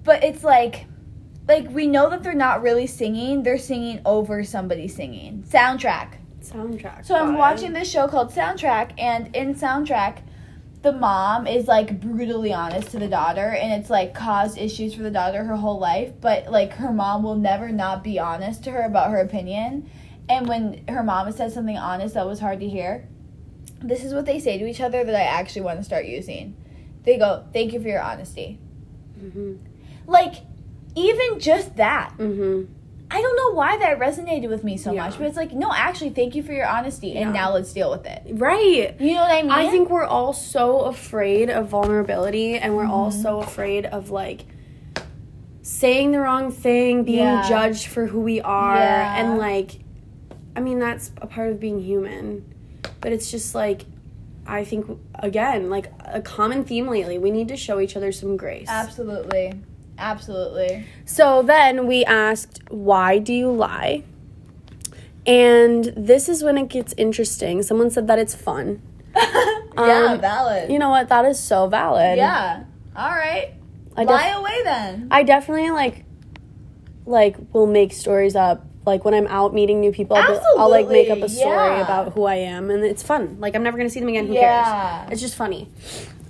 [SPEAKER 2] but it's like like we know that they're not really singing, they're singing over somebody singing. Soundtrack.
[SPEAKER 1] soundtrack
[SPEAKER 2] So I'm
[SPEAKER 1] Fine.
[SPEAKER 2] watching this show called Soundtrack and in Soundtrack the mom is like brutally honest to the daughter and it's like caused issues for the daughter her whole life, but like her mom will never not be honest to her about her opinion. And when her mom says something honest that was hard to hear, this is what they say to each other that I actually want to start using. They go, "Thank you for your honesty."
[SPEAKER 1] mhm
[SPEAKER 2] like even just that
[SPEAKER 1] mhm
[SPEAKER 2] i don't know why that resonated with me so
[SPEAKER 1] Yeah.
[SPEAKER 2] much but it's like no actually thank you for your honesty and
[SPEAKER 1] Yeah.
[SPEAKER 2] now let's deal with it
[SPEAKER 1] right
[SPEAKER 2] you know what i mean
[SPEAKER 1] I think we're all so afraid of vulnerability and we're
[SPEAKER 2] Mm-hmm.
[SPEAKER 1] all so afraid of like saying the wrong thing, being
[SPEAKER 2] Yeah.
[SPEAKER 1] judged for who we are
[SPEAKER 2] Yeah.
[SPEAKER 1] and like I mean that's a part of being human. But it's just like I think again, like a common theme lately, we need to show each other some grace.
[SPEAKER 2] absolutely absolutely
[SPEAKER 1] So then we asked, Why do you lie? And this is when it gets interesting. Someone said that it's fun.
[SPEAKER 2] yeah valid
[SPEAKER 1] Um, You know what? That is so valid.
[SPEAKER 2] yeah all right
[SPEAKER 1] I,
[SPEAKER 2] lie
[SPEAKER 1] def-
[SPEAKER 2] away then
[SPEAKER 1] I definitely like, like will make stories up. Like when I'm out meeting new people, I'll, be- I'll like make up a
[SPEAKER 2] Absolutely,
[SPEAKER 1] story
[SPEAKER 2] yeah.
[SPEAKER 1] about who I am, and it's fun. Like I'm never gonna see them again. Who
[SPEAKER 2] Yeah.
[SPEAKER 1] cares? It's just funny.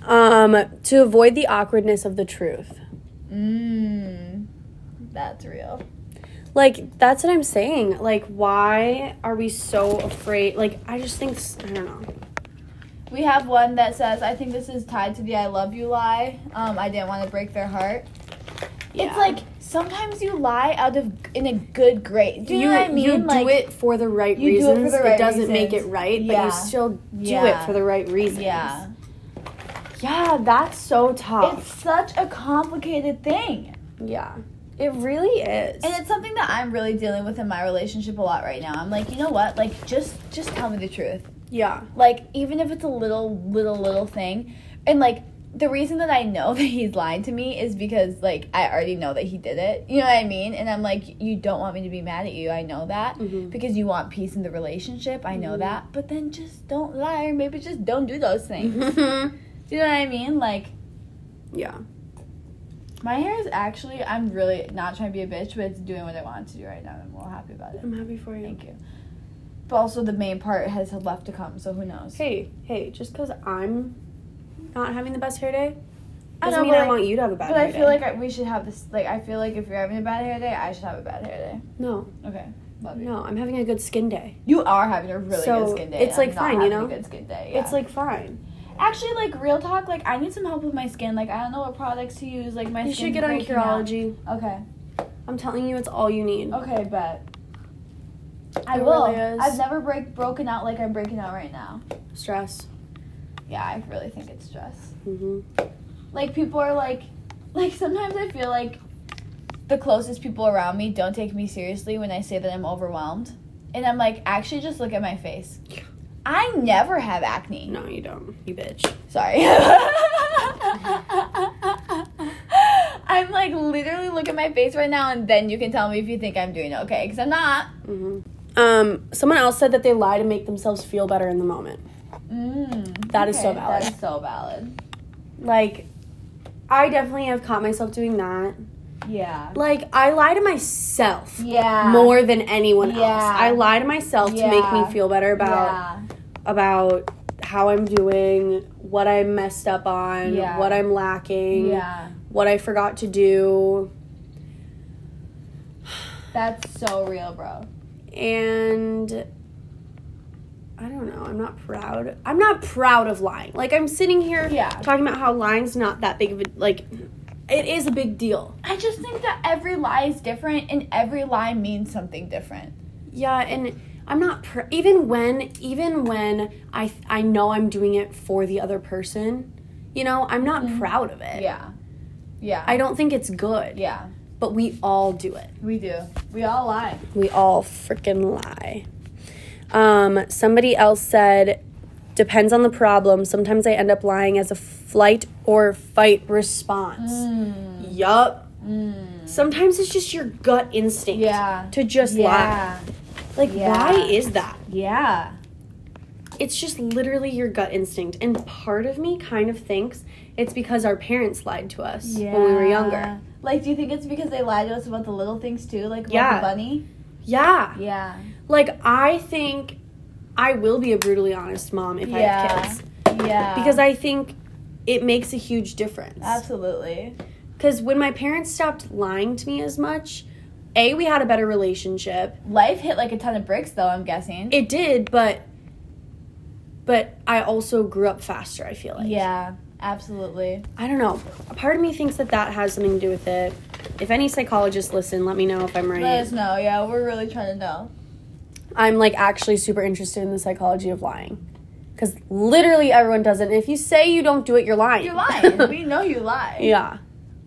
[SPEAKER 1] Um, to avoid the awkwardness of the truth.
[SPEAKER 2] mm, that's real
[SPEAKER 1] Like that's what I'm saying. Like why are we so afraid? Like I just think s- I don't know.
[SPEAKER 2] we have one that says i think this is tied to the i love you lie um, i didn't want to break their heart
[SPEAKER 1] Yeah.
[SPEAKER 2] it's like sometimes you lie out of in a good grace do you,
[SPEAKER 1] you
[SPEAKER 2] know what i mean
[SPEAKER 1] you
[SPEAKER 2] like,
[SPEAKER 1] do it for the right
[SPEAKER 2] you do it for
[SPEAKER 1] reasons.
[SPEAKER 2] the right
[SPEAKER 1] doesn't make it
[SPEAKER 2] reasons.
[SPEAKER 1] right, but
[SPEAKER 2] Yeah.
[SPEAKER 1] you still do
[SPEAKER 2] Yeah.
[SPEAKER 1] it for the right reasons.
[SPEAKER 2] yeah
[SPEAKER 1] Yeah, that's so tough.
[SPEAKER 2] It's such a complicated thing.
[SPEAKER 1] Yeah. It really is.
[SPEAKER 2] And it's something that I'm really dealing with in my relationship a lot right now. I'm like, you know what? Like just just tell me the truth.
[SPEAKER 1] yeah.
[SPEAKER 2] Like even if it's a little little little thing and like the reason that I know that he's lying to me is because like I already know that he did it. You know what I mean? And I'm like, you don't want me to be mad at you. I know that because you want peace in the relationship. I know that. But then just don't lie, or maybe just don't do those
[SPEAKER 1] Mm-hmm.
[SPEAKER 2] things. do you know what I mean? Like
[SPEAKER 1] yeah.
[SPEAKER 2] my hair is actually. I'm really not trying to be a bitch, but it's doing what I want it to do right now. and I'm real happy about it.
[SPEAKER 1] I'm happy for you.
[SPEAKER 2] Thank you. But also, the main part has left to come, so who knows?
[SPEAKER 1] Hey, hey, just because I'm not having the best hair day
[SPEAKER 2] I
[SPEAKER 1] doesn't
[SPEAKER 2] know,
[SPEAKER 1] mean
[SPEAKER 2] but
[SPEAKER 1] I
[SPEAKER 2] like-
[SPEAKER 1] want you to have a bad
[SPEAKER 2] But
[SPEAKER 1] hair
[SPEAKER 2] I feel like I, we should have this. Like, I feel like if you're having a bad hair day, I should have a bad hair day.
[SPEAKER 1] no,
[SPEAKER 2] Okay, love you.
[SPEAKER 1] no, I'm having a good skin day.
[SPEAKER 2] You are having a really
[SPEAKER 1] So,
[SPEAKER 2] good skin day. and
[SPEAKER 1] it's, like,
[SPEAKER 2] I'm
[SPEAKER 1] fine,
[SPEAKER 2] not
[SPEAKER 1] you
[SPEAKER 2] having
[SPEAKER 1] know?
[SPEAKER 2] a good skin day. yeah.
[SPEAKER 1] It's like fine.
[SPEAKER 2] actually, like real talk. Like, I need some help with my skin. Like, I don't know what products to use. Like, my
[SPEAKER 1] You should
[SPEAKER 2] skin's
[SPEAKER 1] get on
[SPEAKER 2] breaking out.
[SPEAKER 1] Curology.
[SPEAKER 2] Okay,
[SPEAKER 1] I'm telling you, it's all you need.
[SPEAKER 2] okay, bet. I
[SPEAKER 1] It
[SPEAKER 2] will.
[SPEAKER 1] really is.
[SPEAKER 2] I've never break broken out like I'm breaking out right now.
[SPEAKER 1] Stress.
[SPEAKER 2] Yeah, I really think it's stress.
[SPEAKER 1] Mm-hmm.
[SPEAKER 2] like people are like like sometimes i feel like the closest people around me don't take me seriously when i say that i'm overwhelmed and i'm like actually just look at my face i never have acne
[SPEAKER 1] No, you don't. You bitch.
[SPEAKER 2] sorry i'm like literally look at my face right now and then you can tell me if you think i'm doing okay because i'm not
[SPEAKER 1] Um, someone else said that they lie to make themselves feel better in the moment.
[SPEAKER 2] mm,
[SPEAKER 1] That is so
[SPEAKER 2] okay,
[SPEAKER 1] valid.
[SPEAKER 2] that is so valid
[SPEAKER 1] Like, I definitely have caught myself doing that.
[SPEAKER 2] yeah
[SPEAKER 1] Like, I lie to myself
[SPEAKER 2] yeah
[SPEAKER 1] more than anyone else.
[SPEAKER 2] Yeah.
[SPEAKER 1] I lie to myself to make
[SPEAKER 2] Yeah.
[SPEAKER 1] me feel better about
[SPEAKER 2] yeah.
[SPEAKER 1] about how I'm doing, what I messed up on,
[SPEAKER 2] Yeah.
[SPEAKER 1] what I'm lacking,
[SPEAKER 2] yeah
[SPEAKER 1] what I forgot to do,
[SPEAKER 2] that's so real bro
[SPEAKER 1] and I don't know. I'm not proud. I'm not proud of lying. Like I'm sitting here
[SPEAKER 2] Yeah.
[SPEAKER 1] talking about how lying's not that big of a like it is a big deal.
[SPEAKER 2] I just think that every lie is different and every lie means something different.
[SPEAKER 1] Yeah, and I'm not pr- even when even when I I know I'm doing it for the other person, you know, I'm not proud of it.
[SPEAKER 2] Mm-hmm. Yeah. Yeah.
[SPEAKER 1] I don't think it's good.
[SPEAKER 2] yeah.
[SPEAKER 1] But we all do it.
[SPEAKER 2] We do. We all lie.
[SPEAKER 1] We all freaking lie. Um, somebody else said, depends on the problem. Sometimes I end up lying as a flight or fight response.
[SPEAKER 2] Mm.
[SPEAKER 1] Yup.
[SPEAKER 2] Mm-hmm.
[SPEAKER 1] Sometimes it's just your gut instinct
[SPEAKER 2] Yeah.
[SPEAKER 1] to just lie.
[SPEAKER 2] Yeah.
[SPEAKER 1] Like,
[SPEAKER 2] Yeah.
[SPEAKER 1] why is that?
[SPEAKER 2] Yeah.
[SPEAKER 1] It's just literally your gut instinct. And part of me kind of thinks it's because our parents lied to us when we were younger.
[SPEAKER 2] Like, do you think it's because they lied to us about the little things too? Like, about
[SPEAKER 1] Yeah.
[SPEAKER 2] the bunny?
[SPEAKER 1] Yeah.
[SPEAKER 2] Yeah.
[SPEAKER 1] Like, I think I will be a brutally honest mom if I
[SPEAKER 2] Yeah.
[SPEAKER 1] have kids.
[SPEAKER 2] Yeah.
[SPEAKER 1] because I think it makes a huge difference.
[SPEAKER 2] Absolutely.
[SPEAKER 1] Because when my parents stopped lying to me as much, A, we had a better relationship.
[SPEAKER 2] Life hit like a ton of bricks, though, I'm guessing.
[SPEAKER 1] It did, but but I also grew up faster, I feel like.
[SPEAKER 2] yeah. Absolutely.
[SPEAKER 1] I don't know. A part of me thinks that that has something to do with it. If any psychologists listen, let me know if I'm
[SPEAKER 2] Let
[SPEAKER 1] right.
[SPEAKER 2] us know. Yeah, we're really trying to know.
[SPEAKER 1] I'm like actually super interested in the psychology of lying. Because literally everyone does it. And if you say you don't do it, you're lying.
[SPEAKER 2] You're lying. we know you lie.
[SPEAKER 1] yeah.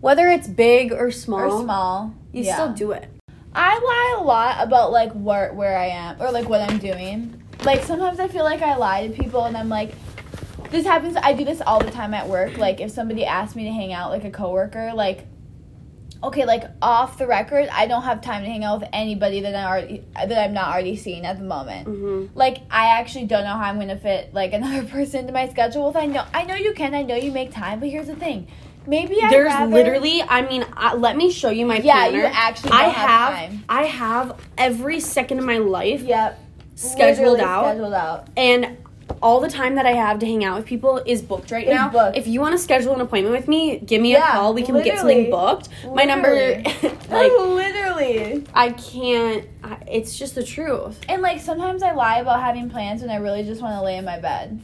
[SPEAKER 1] Whether it's big or small,
[SPEAKER 2] Or small.
[SPEAKER 1] you
[SPEAKER 2] Yeah.
[SPEAKER 1] still do it.
[SPEAKER 2] I lie a lot about like where where I am or like what I'm doing. Like sometimes I feel like I lie to people and I'm like this happens I do this all the time at work. Like if somebody asks me to hang out like a coworker, like okay, like off the record, I don't have time to hang out with anybody that I already that I'm not already seeing at the moment.
[SPEAKER 1] Mm.
[SPEAKER 2] Like I actually don't know how I'm gonna fit like another person into my schedule. If I know I know you can, I know you make time, but here's the thing. Maybe I
[SPEAKER 1] There's literally, I mean, I, let me show you my
[SPEAKER 2] Yeah,
[SPEAKER 1] planner.
[SPEAKER 2] you actually
[SPEAKER 1] I
[SPEAKER 2] don't have
[SPEAKER 1] have,
[SPEAKER 2] time.
[SPEAKER 1] I have every second of my life
[SPEAKER 2] Yep.
[SPEAKER 1] scheduled
[SPEAKER 2] Literally
[SPEAKER 1] out,
[SPEAKER 2] Scheduled out.
[SPEAKER 1] and all the time that I have to hang out with people is booked right
[SPEAKER 2] Is
[SPEAKER 1] now.
[SPEAKER 2] booked.
[SPEAKER 1] If you want to schedule an appointment with me, give me
[SPEAKER 2] Yeah,
[SPEAKER 1] a call. We can get something
[SPEAKER 2] literally.
[SPEAKER 1] booked. My number, like,
[SPEAKER 2] literally.
[SPEAKER 1] I can't. I, it's just the truth.
[SPEAKER 2] And like sometimes I lie about having plans when I really just want to lay in my bed.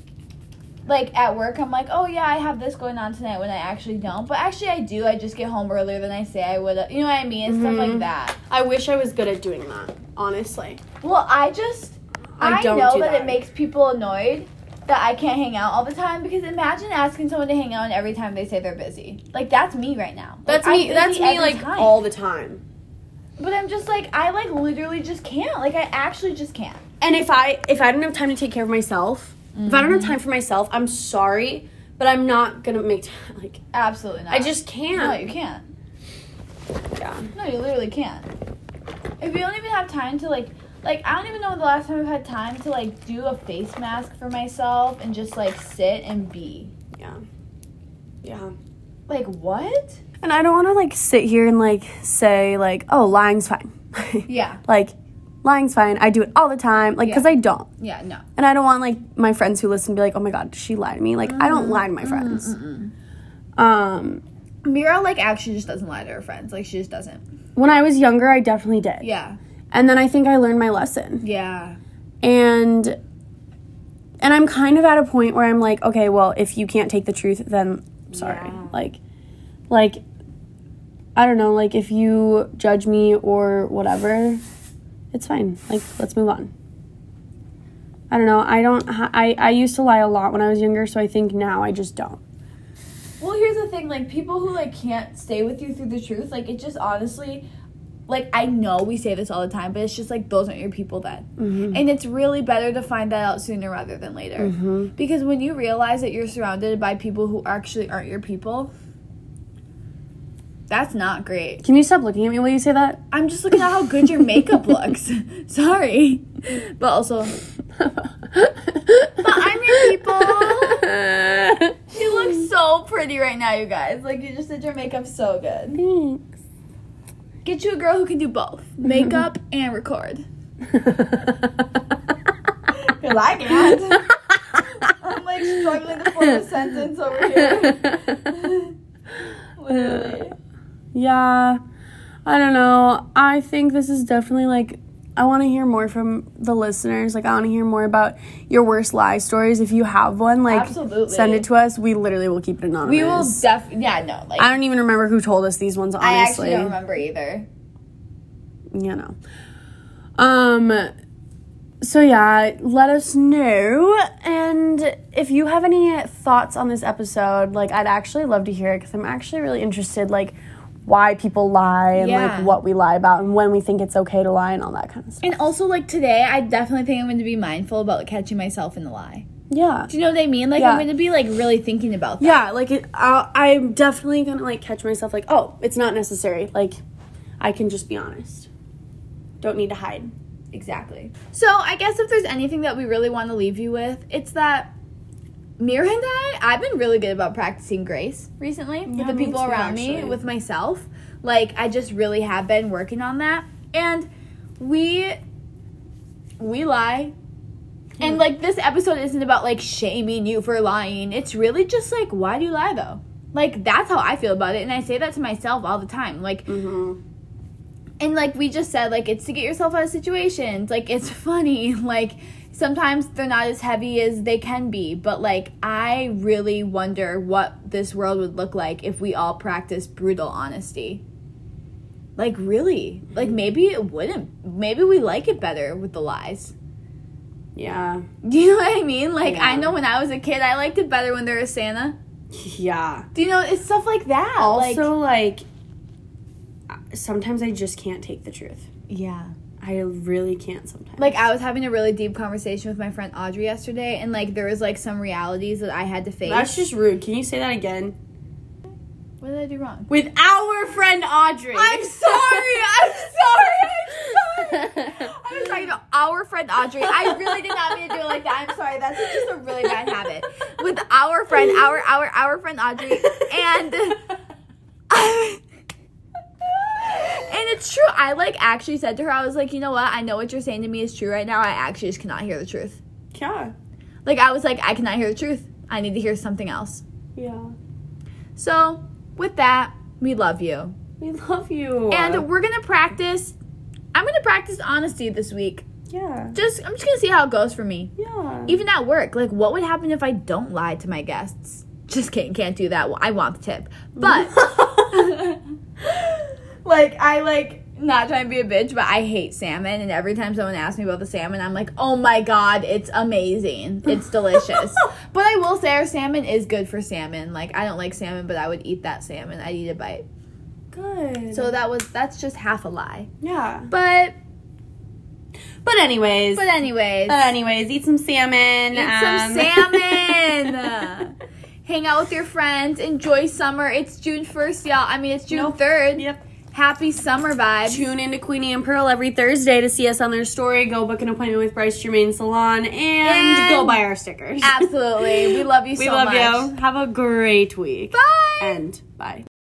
[SPEAKER 2] Like at work, I'm like, oh yeah, I have this going on tonight when I actually don't. But actually, I do. I just get home earlier than I say I would. You know what I mean? And stuff like
[SPEAKER 1] Mhm.
[SPEAKER 2] that.
[SPEAKER 1] I wish I was good at doing that. Honestly,
[SPEAKER 2] Well, I just I,
[SPEAKER 1] I don't
[SPEAKER 2] know
[SPEAKER 1] do
[SPEAKER 2] that, it
[SPEAKER 1] that.
[SPEAKER 2] makes people annoyed that I can't hang out all the time because imagine asking someone to hang out and every time they say they're busy. Like that's me right now. Like,
[SPEAKER 1] that's
[SPEAKER 2] I'm
[SPEAKER 1] me.
[SPEAKER 2] busy
[SPEAKER 1] That's me.
[SPEAKER 2] every
[SPEAKER 1] Like
[SPEAKER 2] time.
[SPEAKER 1] all the time.
[SPEAKER 2] But I'm just like I like literally just can't. Like I actually just can't. Mm-hmm.
[SPEAKER 1] And if I if I don't have time to take care of myself, if I don't have time for myself, I'm sorry, but I'm not gonna make time. Like
[SPEAKER 2] Absolutely not.
[SPEAKER 1] I just can't.
[SPEAKER 2] Uh, No, you can't.
[SPEAKER 1] Yeah.
[SPEAKER 2] No, you literally can't. If you don't even have time to like, like I don't even know the last time I've had time to like do a face mask for myself and just like sit and be.
[SPEAKER 1] Yeah. Yeah.
[SPEAKER 2] Like what?
[SPEAKER 1] And I don't want to like sit here and like say like, oh, lying's fine.
[SPEAKER 2] Yeah.
[SPEAKER 1] Like, lying's fine. I do it all the time. Like, because
[SPEAKER 2] Yeah.
[SPEAKER 1] I don't.
[SPEAKER 2] Yeah. No.
[SPEAKER 1] And I don't want like my friends who listen to be like, oh my god, she lied to me. Like, I
[SPEAKER 2] Mm-hmm.
[SPEAKER 1] don't lie to my friends. Um,
[SPEAKER 2] Mira like actually just doesn't lie to her friends. Like she just doesn't.
[SPEAKER 1] when I was younger, I definitely did.
[SPEAKER 2] Yeah.
[SPEAKER 1] And then I think I learned my lesson.
[SPEAKER 2] Yeah.
[SPEAKER 1] And and I'm kind of at a point where I'm like, okay, well, if you can't take the truth, then sorry.
[SPEAKER 2] Yeah.
[SPEAKER 1] Like like I don't know, like if you judge me or whatever, it's fine. Like let's move on. I don't know. I don't I I used to lie a lot when I was younger, so I think now I just don't.
[SPEAKER 2] Well, here's the thing. Like people who like can't stay with you through the truth. Like it just honestly. Like I know we say this all the time, but it's just like those aren't your people then, and it's really better to find that out sooner rather than later. Because when you realize that you're surrounded by people who actually aren't your people, that's not great.
[SPEAKER 1] Can you stop looking at me while you say that?
[SPEAKER 2] I'm just looking at how good your makeup looks. Sorry, but also
[SPEAKER 1] but
[SPEAKER 2] I'm your
[SPEAKER 1] people.
[SPEAKER 2] You look so pretty right now, you guys. Like you just did your makeup so good.
[SPEAKER 1] Thanks.
[SPEAKER 2] Get you a girl who can do both makeup and record. Cause I can't. I'm like struggling to form a sentence over here. Literally.
[SPEAKER 1] yeah, I don't know. I think this is definitely like I want to hear more from the listeners. Like I want to hear more about your worst lie stories if you have one. Like
[SPEAKER 2] Absolutely.
[SPEAKER 1] send it to us. We literally will keep it anonymous.
[SPEAKER 2] We will def. Yeah, no. Like
[SPEAKER 1] I
[SPEAKER 2] I,
[SPEAKER 1] don't even remember who told us these ones.
[SPEAKER 2] actually
[SPEAKER 1] Honestly,
[SPEAKER 2] don't remember either.
[SPEAKER 1] you know. Um so yeah, let us know and if you have any thoughts on this episode, like I'd actually love to hear it cuz I'm actually really interested like why people lie and
[SPEAKER 2] Yeah.
[SPEAKER 1] like what we lie about and when we think it's okay to lie and all that kind of stuff.
[SPEAKER 2] And also, like today, I definitely think I'm going to be mindful about catching myself in the lie.
[SPEAKER 1] Yeah.
[SPEAKER 2] Do you know what I mean? Like
[SPEAKER 1] Yeah.
[SPEAKER 2] I'm going to be like really thinking about that.
[SPEAKER 1] Yeah, like it, I'll, I'm definitely going to like catch myself like, "Oh, it's not necessary. Like I can just be honest. Don't need to hide."
[SPEAKER 2] Exactly. So I guess if there's anything that we really want to leave you with, it's that Mira and I, I've been really good about practicing grace recently with
[SPEAKER 1] Yeah,
[SPEAKER 2] the
[SPEAKER 1] me
[SPEAKER 2] people
[SPEAKER 1] too,
[SPEAKER 2] around me,
[SPEAKER 1] actually.
[SPEAKER 2] with myself. Like I just really have been working on that. And we we lie.
[SPEAKER 1] Hmm.
[SPEAKER 2] And like this episode isn't about like shaming you for lying. It's really just like why do you lie though? Like that's how I feel about it and I say that to myself all the time. Like
[SPEAKER 1] Mhm.
[SPEAKER 2] and like we just said like it's to get yourself out of situations like it's funny like sometimes they're not as heavy as they can be but like i really wonder what this world would look like if we all practice brutal honesty like really like
[SPEAKER 1] Mm-hmm.
[SPEAKER 2] maybe it wouldn't maybe we like it better with the lies
[SPEAKER 1] Yeah.
[SPEAKER 2] do you know what i mean like i
[SPEAKER 1] Yeah.
[SPEAKER 2] know when i was a kid i liked it better when there was santa
[SPEAKER 1] Yeah.
[SPEAKER 2] do you know it's stuff like that like
[SPEAKER 1] also like, sometimes i just can't take the truth
[SPEAKER 2] yeah
[SPEAKER 1] i really can't sometimes
[SPEAKER 2] Like I was having a really deep conversation with my friend Audrey yesterday, and like there was like some realities that I had to face.
[SPEAKER 1] that's just rude can you say that again
[SPEAKER 2] what did I do wrong?
[SPEAKER 1] with our friend audrey
[SPEAKER 2] I'm sorry. I'm sorry. I'm sorry. I was talking to our friend Audrey. I really did not mean to do it like that. I'm sorry. That's just a really bad habit. With our friend, our our our friend Audrey, and and it's true. I like actually said to her, I was like, you know what? I know what you're saying to me is true right now. I actually just cannot hear the truth.
[SPEAKER 1] yeah
[SPEAKER 2] Like I was like, I cannot hear the truth. I need to hear something else.
[SPEAKER 1] yeah
[SPEAKER 2] So with that, we love you.
[SPEAKER 1] we love you
[SPEAKER 2] And we're gonna practice I'm gonna practice honesty this week.
[SPEAKER 1] yeah
[SPEAKER 2] Just I'm just gonna see how it goes for me.
[SPEAKER 1] yeah
[SPEAKER 2] Even at work, like what would happen if I don't lie to my guests? Just kidding, can't do that. Well, I want the tip. But like I like not trying to be a bitch, but I hate salmon and every time someone asks me about the salmon, I'm like, "Oh my god, it's amazing. It's delicious." but I will say our salmon is good for salmon. Like I don't like salmon, but I would eat that salmon. I'd eat a bite.
[SPEAKER 1] good
[SPEAKER 2] So that was that's just half a lie.
[SPEAKER 1] yeah
[SPEAKER 2] But
[SPEAKER 1] but anyways
[SPEAKER 2] but anyways, um,
[SPEAKER 1] but anyways eat some salmon
[SPEAKER 2] eat some
[SPEAKER 1] um,
[SPEAKER 2] salmon. Hang out with your friends. Enjoy summer. It's June 1st, y'all. I mean, it's June
[SPEAKER 1] Nope.
[SPEAKER 2] 3rd.
[SPEAKER 1] Yep.
[SPEAKER 2] Happy summer vibe.
[SPEAKER 1] Tune into Queenie and Pearl every Thursday to see us on their story. Go book an appointment with Bryce Germain Salon and,
[SPEAKER 2] And-
[SPEAKER 1] go buy our stickers.
[SPEAKER 2] Absolutely. We love you
[SPEAKER 1] we
[SPEAKER 2] so
[SPEAKER 1] love
[SPEAKER 2] much.
[SPEAKER 1] you. Have a great week.
[SPEAKER 2] Bye.
[SPEAKER 1] And bye.